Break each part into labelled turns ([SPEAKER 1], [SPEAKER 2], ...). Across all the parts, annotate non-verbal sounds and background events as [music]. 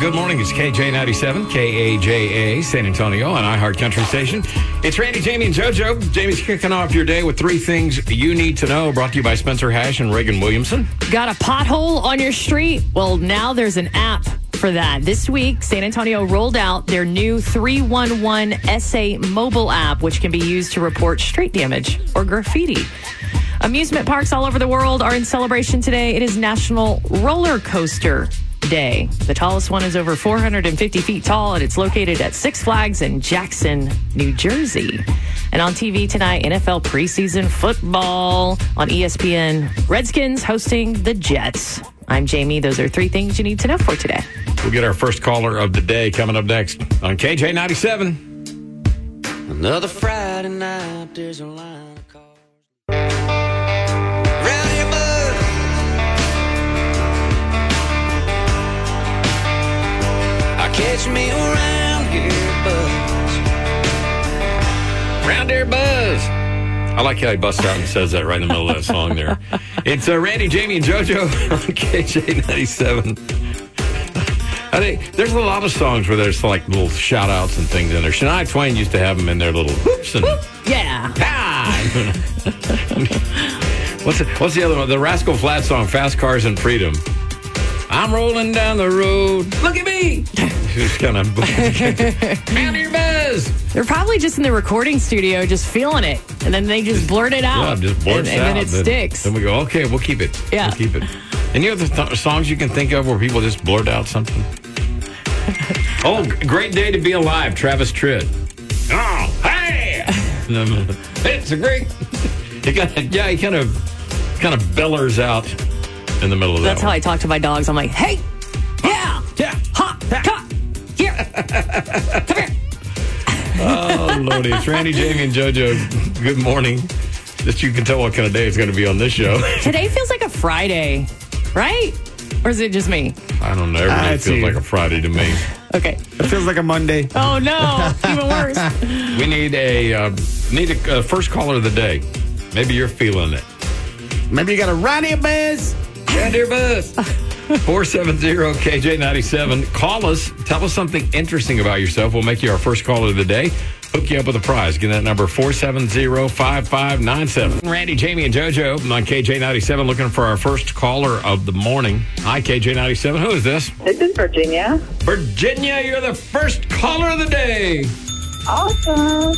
[SPEAKER 1] Good morning. It's KJ97, KAJA, San Antonio, on iHeart Country Station. It's Randy, Jamie, and JoJo. Jamie's kicking off your day with three things you need to know. Brought to you by Spencer Hash and Reagan Williamson.
[SPEAKER 2] Got a pothole on your street? Well, now there's an app for that. This week, San Antonio rolled out their new 311 SA mobile app, which can be used to report street damage or graffiti. Amusement parks all over the world are in celebration today. It is National Roller Coaster Day. The tallest one is over 450 feet tall, and it's located at Six Flags in Jackson, New Jersey. And on TV tonight, NFL preseason football on E ESPN. Redskins hosting the Jets. I'm Jamie. Those are three things you need to know for today.
[SPEAKER 1] We'll get our first caller of the day coming up next on KJ97.
[SPEAKER 3] Another Friday night, there's a line of cars. Round your mud. I catch me around here, buzz.
[SPEAKER 1] Round air buzz. I like how he busts out and says that right in the middle of that song there. It's uh, Randy, Jamie, and JoJo on KJ97. I think there's a lot of songs where there's like little shout outs and things in there. Shania Twain used to have them in their little whoops and
[SPEAKER 2] Yeah.
[SPEAKER 1] ah. [laughs] what's, the, what's the other one? The Rascal Flat song, Fast Cars and Freedom. I'm rolling down the road. Look at me. [laughs] Just kind of round your buzz.
[SPEAKER 2] They're probably just in the recording studio just feeling it. And then they just blurt it
[SPEAKER 1] Yeah,
[SPEAKER 2] out.
[SPEAKER 1] just
[SPEAKER 2] and,
[SPEAKER 1] blurts
[SPEAKER 2] and
[SPEAKER 1] out.
[SPEAKER 2] then it sticks.
[SPEAKER 1] Then we go, okay, we'll keep it.
[SPEAKER 2] Yeah.
[SPEAKER 1] We'll keep it. Any other th- songs you can think of where people just blurt out
[SPEAKER 2] [laughs]
[SPEAKER 1] something? oh, g- great day to be alive, Travis Tritt. Oh,
[SPEAKER 2] [laughs]
[SPEAKER 1] hey! And then, it's a great. He kind of, yeah, he kind of, kind of bellers out in the middle of
[SPEAKER 2] That's
[SPEAKER 1] that.
[SPEAKER 2] how I talk to my dogs. I'm like, hey, yeah,
[SPEAKER 1] Yeah.
[SPEAKER 2] ha, ha, here.
[SPEAKER 1] Oh, Lordy. It's Randy, Jamie, and JoJo. Good morning. Just you can tell what kind of day it's going to be on this show. [laughs]
[SPEAKER 2] Today feels like a Friday, right? Or is it just me?
[SPEAKER 1] I don't know. Every
[SPEAKER 4] Ah,
[SPEAKER 1] day
[SPEAKER 4] it's
[SPEAKER 1] feels
[SPEAKER 4] you.
[SPEAKER 1] like a Friday to me.
[SPEAKER 2] Okay.
[SPEAKER 4] It feels like a Monday.
[SPEAKER 2] Oh [laughs] no, even worse.
[SPEAKER 1] We need a uh, need a uh, first caller of the day. Maybe you're feeling it.
[SPEAKER 4] Maybe you got a Ronnie Biz.
[SPEAKER 1] Round your [laughs] bus. 470-KJ97. Call us. Tell us something interesting about yourself. We'll make you our first caller of the day. Hook you up with a prize. Get that number 470-5597. Randy, Jamie, and JoJo on KJ97 looking for our first caller of the morning. Hi, KJ97. Who is this?
[SPEAKER 5] This is Virginia.
[SPEAKER 1] Virginia, you're the first caller of the day.
[SPEAKER 5] Awesome.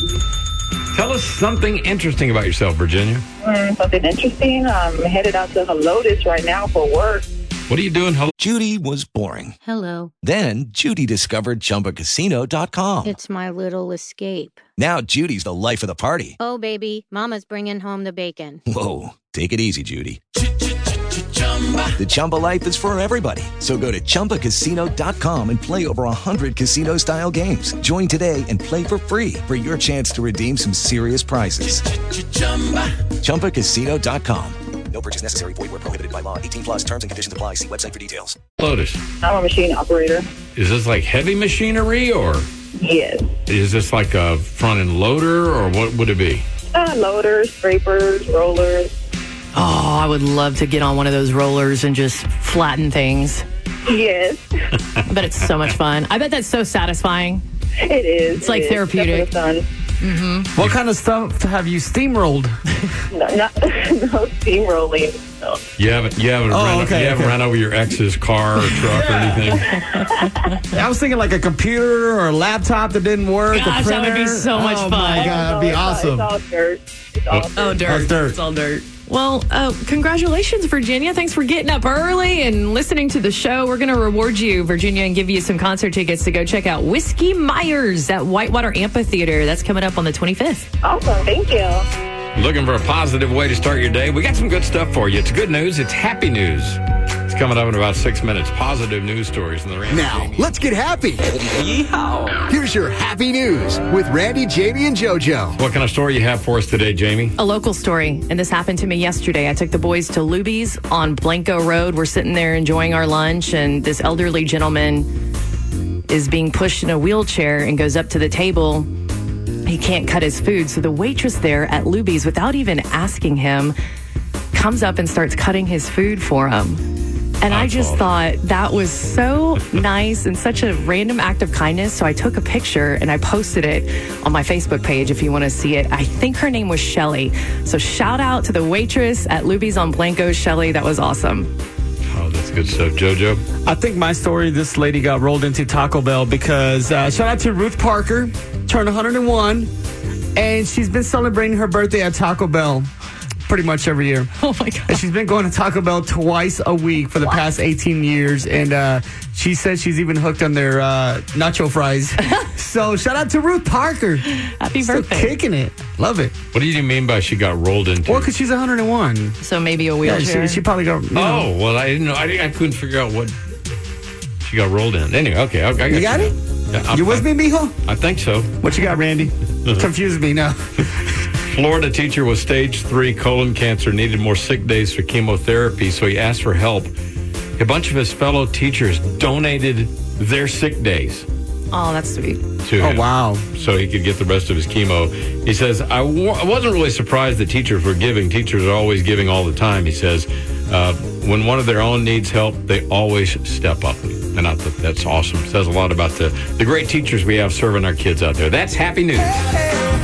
[SPEAKER 1] Tell us something interesting about yourself, Virginia.
[SPEAKER 5] Hmm, something interesting. I'm headed out to Helotus right now for work.
[SPEAKER 1] What are you doing? Hello?
[SPEAKER 6] Judy was boring.
[SPEAKER 7] Hello,
[SPEAKER 6] Then Judy discovered ChumbaCasino.com.
[SPEAKER 7] it's my little escape.
[SPEAKER 6] Now Judy's the life of the party.
[SPEAKER 7] Oh, baby, Mama's bringing home the bacon.
[SPEAKER 6] Whoa, take it easy, Judy. The Chumba life is for everybody. So go to ChumbaCasino.com and play over 100 casino-style games. Join today and play for free for your chance to redeem some serious prizes. ChumbaCasino.com. No purchase necessary. Void where prohibited by law. 18 plus terms and conditions apply. See website for details.
[SPEAKER 1] Lotus.
[SPEAKER 5] I'm a machine operator.
[SPEAKER 1] Is this like heavy machinery or
[SPEAKER 5] Yes.
[SPEAKER 1] is this like a front end loader or what would it be?
[SPEAKER 5] Uh, loaders, scrapers, rollers.
[SPEAKER 2] Oh, I would love to get on one of those rollers and just flatten things.
[SPEAKER 5] Yes,
[SPEAKER 2] I bet it's so much fun. I bet that's so satisfying.
[SPEAKER 5] it is.
[SPEAKER 2] It's like
[SPEAKER 5] It is.
[SPEAKER 2] therapeutic.
[SPEAKER 5] Except
[SPEAKER 4] What kind of stuff have you steamrolled?
[SPEAKER 5] for the sun. No, not, [laughs] no steamrolling. No.
[SPEAKER 1] You haven't you haven't
[SPEAKER 4] Oh,
[SPEAKER 1] run,
[SPEAKER 4] okay,
[SPEAKER 1] you haven't
[SPEAKER 4] okay.
[SPEAKER 1] run over your ex's car or truck or anything.
[SPEAKER 4] [laughs] I was thinking like a computer or a laptop that didn't work.
[SPEAKER 2] Gosh,
[SPEAKER 4] a
[SPEAKER 2] that
[SPEAKER 4] printer.
[SPEAKER 2] would be so much fun.
[SPEAKER 4] oh My God, that'd be
[SPEAKER 5] it's all-
[SPEAKER 4] awesome.
[SPEAKER 5] It's all dirt. It's all
[SPEAKER 1] Oh.
[SPEAKER 5] dirt.
[SPEAKER 2] dirt.
[SPEAKER 4] It's dirt.
[SPEAKER 2] It's all dirt. Well, uh, congratulations, Virginia. Thanks for getting up early and listening to the show. We're going to reward you, Virginia, and give you some concert tickets to go check out Whiskey Myers at Whitewater Amphitheater. That's coming up on the 25th.
[SPEAKER 5] Awesome. Thank you.
[SPEAKER 1] Looking for a positive way to start your day? We got some good stuff for you. It's good news, it's happy news. It's coming up in about six minutes. Positive news stories in the Randy
[SPEAKER 8] Now,
[SPEAKER 1] Jamie.
[SPEAKER 8] let's get happy. Here's your happy news with Randy, Jamie, and JoJo.
[SPEAKER 1] What kind of story you have for us today, Jamie?
[SPEAKER 2] A
[SPEAKER 4] Oh.
[SPEAKER 2] local story, and this happened to me yesterday. I took the boys to Luby's on Blanco Road. We're sitting there enjoying our lunch, and this elderly gentleman is being pushed in a wheelchair and goes up to the table. He can't cut his food, so the waitress there at Luby's, without even asking him, comes up and starts cutting his food for him. And I just thought that was so nice and such a random act of kindness. So I took a picture and I posted it on my Facebook page if you want to see it. I think her name was Shelly. So shout out to the waitress at Luby's on Blanco, Shelly. That was awesome.
[SPEAKER 1] Oh, that's good stuff, JoJo.
[SPEAKER 4] I think my story this lady got rolled into Taco Bell because uh, shout out to Ruth Parker, turned 101, and she's been celebrating her birthday at Taco Bell pretty much every year.
[SPEAKER 2] [laughs] Oh my God.
[SPEAKER 4] And she's been going to Taco Bell twice a week for the past 18 years, and uh, she says she's even hooked on their uh,
[SPEAKER 2] [laughs]
[SPEAKER 4] nacho fries. so shout out to Ruth Parker.
[SPEAKER 2] Happy
[SPEAKER 4] Still
[SPEAKER 2] birthday.
[SPEAKER 4] kicking it. Love it.
[SPEAKER 1] What do you mean by she got rolled into?
[SPEAKER 4] Well, because she's 101.
[SPEAKER 2] So maybe a
[SPEAKER 4] Yeah,
[SPEAKER 2] wheelchair.
[SPEAKER 4] she, she probably got. You know,
[SPEAKER 1] Oh, well, I didn't know. I, I couldn't figure out what she got rolled in. Anyway, okay. I, I got
[SPEAKER 4] You got
[SPEAKER 1] you
[SPEAKER 4] it?
[SPEAKER 1] now. Yeah, I-
[SPEAKER 4] You with
[SPEAKER 1] I-
[SPEAKER 4] me, mijo?
[SPEAKER 1] I think so.
[SPEAKER 4] What you got, Randy? Confused me now.
[SPEAKER 1] Florida teacher with stage three colon cancer needed more sick days for chemotherapy, so he asked for help. A bunch of his fellow teachers donated their sick days
[SPEAKER 2] oh, that's sweet.
[SPEAKER 1] to
[SPEAKER 4] Oh
[SPEAKER 1] him
[SPEAKER 4] wow.
[SPEAKER 1] so he could get the rest of his chemo. He says, I wa- I wasn't really surprised that teachers were giving. Teachers are always giving all the time. He says, uh, when one of their own needs help, they always step up. And I thought that's awesome. Says a lot about the, the great teachers we have serving our kids out there. That's happy news.